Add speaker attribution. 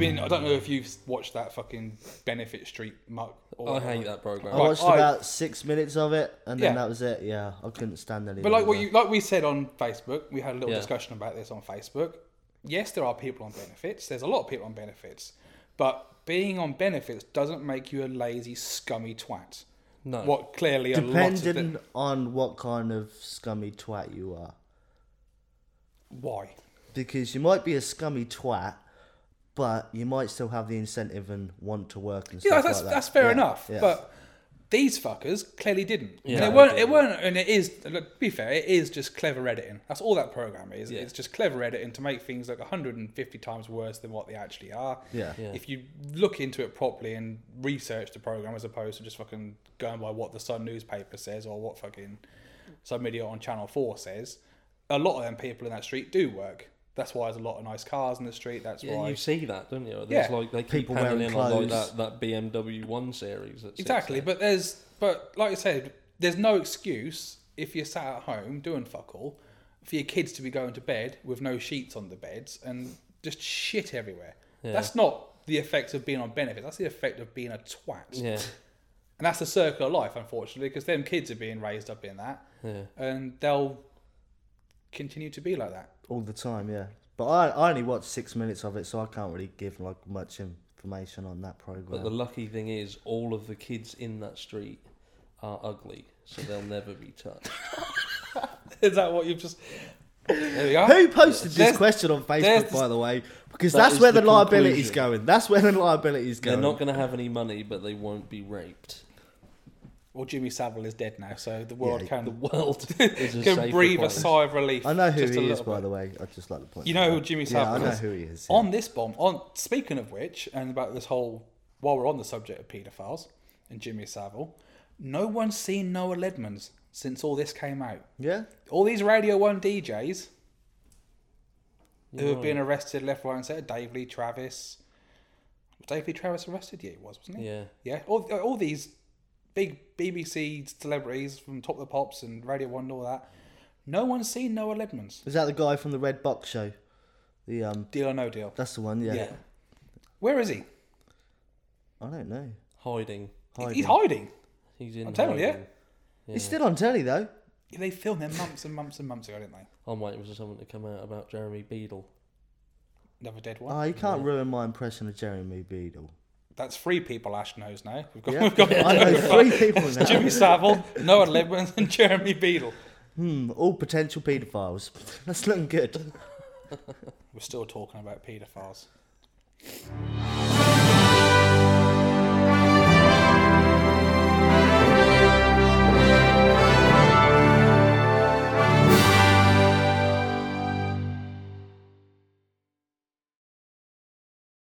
Speaker 1: if you've watched that fucking Benefit Street muck. Or
Speaker 2: I
Speaker 1: whatever. Oh,
Speaker 2: hate that program.
Speaker 1: Right,
Speaker 3: I watched
Speaker 1: I-
Speaker 3: about six minutes of it, and then
Speaker 1: Yeah.
Speaker 3: that was it. Yeah, I couldn't stand any.
Speaker 1: But like
Speaker 3: of
Speaker 1: what
Speaker 3: it.
Speaker 1: you like we said on Facebook, we had a little
Speaker 2: Yeah.
Speaker 1: discussion about this on Facebook. Yes, there are people on benefits. There's a lot of people on benefits, but being on benefits doesn't make you a lazy, scummy twat.
Speaker 2: No.
Speaker 1: What clearly a lot of
Speaker 3: depending
Speaker 1: the,
Speaker 3: on what kind of scummy twat you are,
Speaker 1: why
Speaker 3: because you might be a scummy twat, but you might still have the incentive and want to work and stuff
Speaker 1: Yeah, that's,
Speaker 3: like that.
Speaker 1: that's fair
Speaker 3: Yeah,
Speaker 1: enough.
Speaker 3: yeah.
Speaker 1: But these fuckers clearly didn't.
Speaker 2: Yeah,
Speaker 1: and
Speaker 2: they
Speaker 1: it weren't. It
Speaker 2: didn't.
Speaker 1: weren't. And it is. Look, to be fair, it is just clever editing. That's all that program is.
Speaker 2: Yeah.
Speaker 1: It's just clever editing to make things look 150 times worse than what they actually are.
Speaker 3: Yeah.
Speaker 2: Yeah.
Speaker 1: If you look into it properly and research the program as opposed to just fucking going by what the Sun newspaper says or what fucking some idiot on Channel Four says, a lot of them people in that street do work. That's why there's a lot of nice cars in the street. That's
Speaker 2: Yeah,
Speaker 1: why
Speaker 2: you see that, don't you? There's
Speaker 1: Yeah.
Speaker 2: like they keep
Speaker 3: People
Speaker 2: handing
Speaker 3: wearing
Speaker 2: in on like
Speaker 3: clothes.
Speaker 2: that, that BMW One Series. That's
Speaker 1: Exactly, but there's but like I said, there's no excuse if you're sat at home doing fuck all for your kids to be going to bed with no sheets on the beds and just shit everywhere.
Speaker 2: Yeah.
Speaker 1: That's not the effect of being on benefits. That's the effect of being a twat.
Speaker 2: yeah,
Speaker 1: And that's the circle of life, unfortunately, because them kids are being raised up in that,
Speaker 2: yeah,
Speaker 1: and they'll continue to be like that.
Speaker 3: all the time, yeah. But I, I only watched six minutes of it, so I can't really give like much information on that
Speaker 2: but
Speaker 3: program.
Speaker 2: the lucky thing is, all of the kids in that street are ugly, so they'll never be touched.
Speaker 1: Is that what you've just? There we go.
Speaker 3: Who posted this
Speaker 1: There's-
Speaker 3: question on
Speaker 1: there's-
Speaker 3: Facebook, by the way? Because
Speaker 2: That
Speaker 3: that's
Speaker 2: is
Speaker 3: where the,
Speaker 2: the
Speaker 3: liability is
Speaker 2: conclusion.
Speaker 3: going. That's where the liability is
Speaker 2: They're
Speaker 3: going.
Speaker 2: not going to have any money, but they won't be raped.
Speaker 1: Well, Jimmy Savile is dead now, so the world
Speaker 3: Yeah,
Speaker 1: can
Speaker 2: The world is a
Speaker 1: can
Speaker 2: safer
Speaker 1: breathe
Speaker 2: place.
Speaker 1: a sigh of relief.
Speaker 3: I know who
Speaker 1: just a
Speaker 3: he is,
Speaker 1: little
Speaker 3: by
Speaker 1: bit.
Speaker 3: the way. I just like the point.
Speaker 1: You know who Jimmy
Speaker 3: Yeah, I
Speaker 1: Savile
Speaker 3: know
Speaker 1: is?
Speaker 3: who he is. yeah.
Speaker 1: on this bomb on speaking of which and about this whole while we're on the subject of paedophiles and jimmy savile no one's seen noah ledman's since all this came out
Speaker 3: yeah.
Speaker 1: all these radio one djs who
Speaker 2: You're
Speaker 1: have been arrested left right and centre dave lee travis dave lee travis arrested you it was wasn't he
Speaker 2: Yeah,
Speaker 1: yeah, all, all these big bbc celebrities from top of the pops and radio one and all that no one's seen noah ledman's
Speaker 3: Is that the guy from the Red Box show? The um,
Speaker 1: deal or no deal
Speaker 3: that's the one. Yeah.
Speaker 1: yeah. where is he
Speaker 3: I don't know.
Speaker 2: hiding.
Speaker 1: he's hiding
Speaker 2: He's in.
Speaker 1: I'm telling you.
Speaker 2: hiding.
Speaker 3: He's still on telly though.
Speaker 1: They filmed them months and months and months ago, didn't they?
Speaker 2: I'm waiting for someone to come out about Jeremy Beadle.
Speaker 1: Another dead one.
Speaker 3: Oh, you can't ruin my impression of Jeremy Beadle.
Speaker 1: That's three people Ash knows now. We've got,
Speaker 3: Yeah.
Speaker 1: we've got
Speaker 3: I know three people now.
Speaker 1: Jimmy Savile, Noah Ledman, and Jeremy Beadle.
Speaker 3: Hmm, all potential paedophiles. That's looking good.
Speaker 1: We're still talking about paedophiles.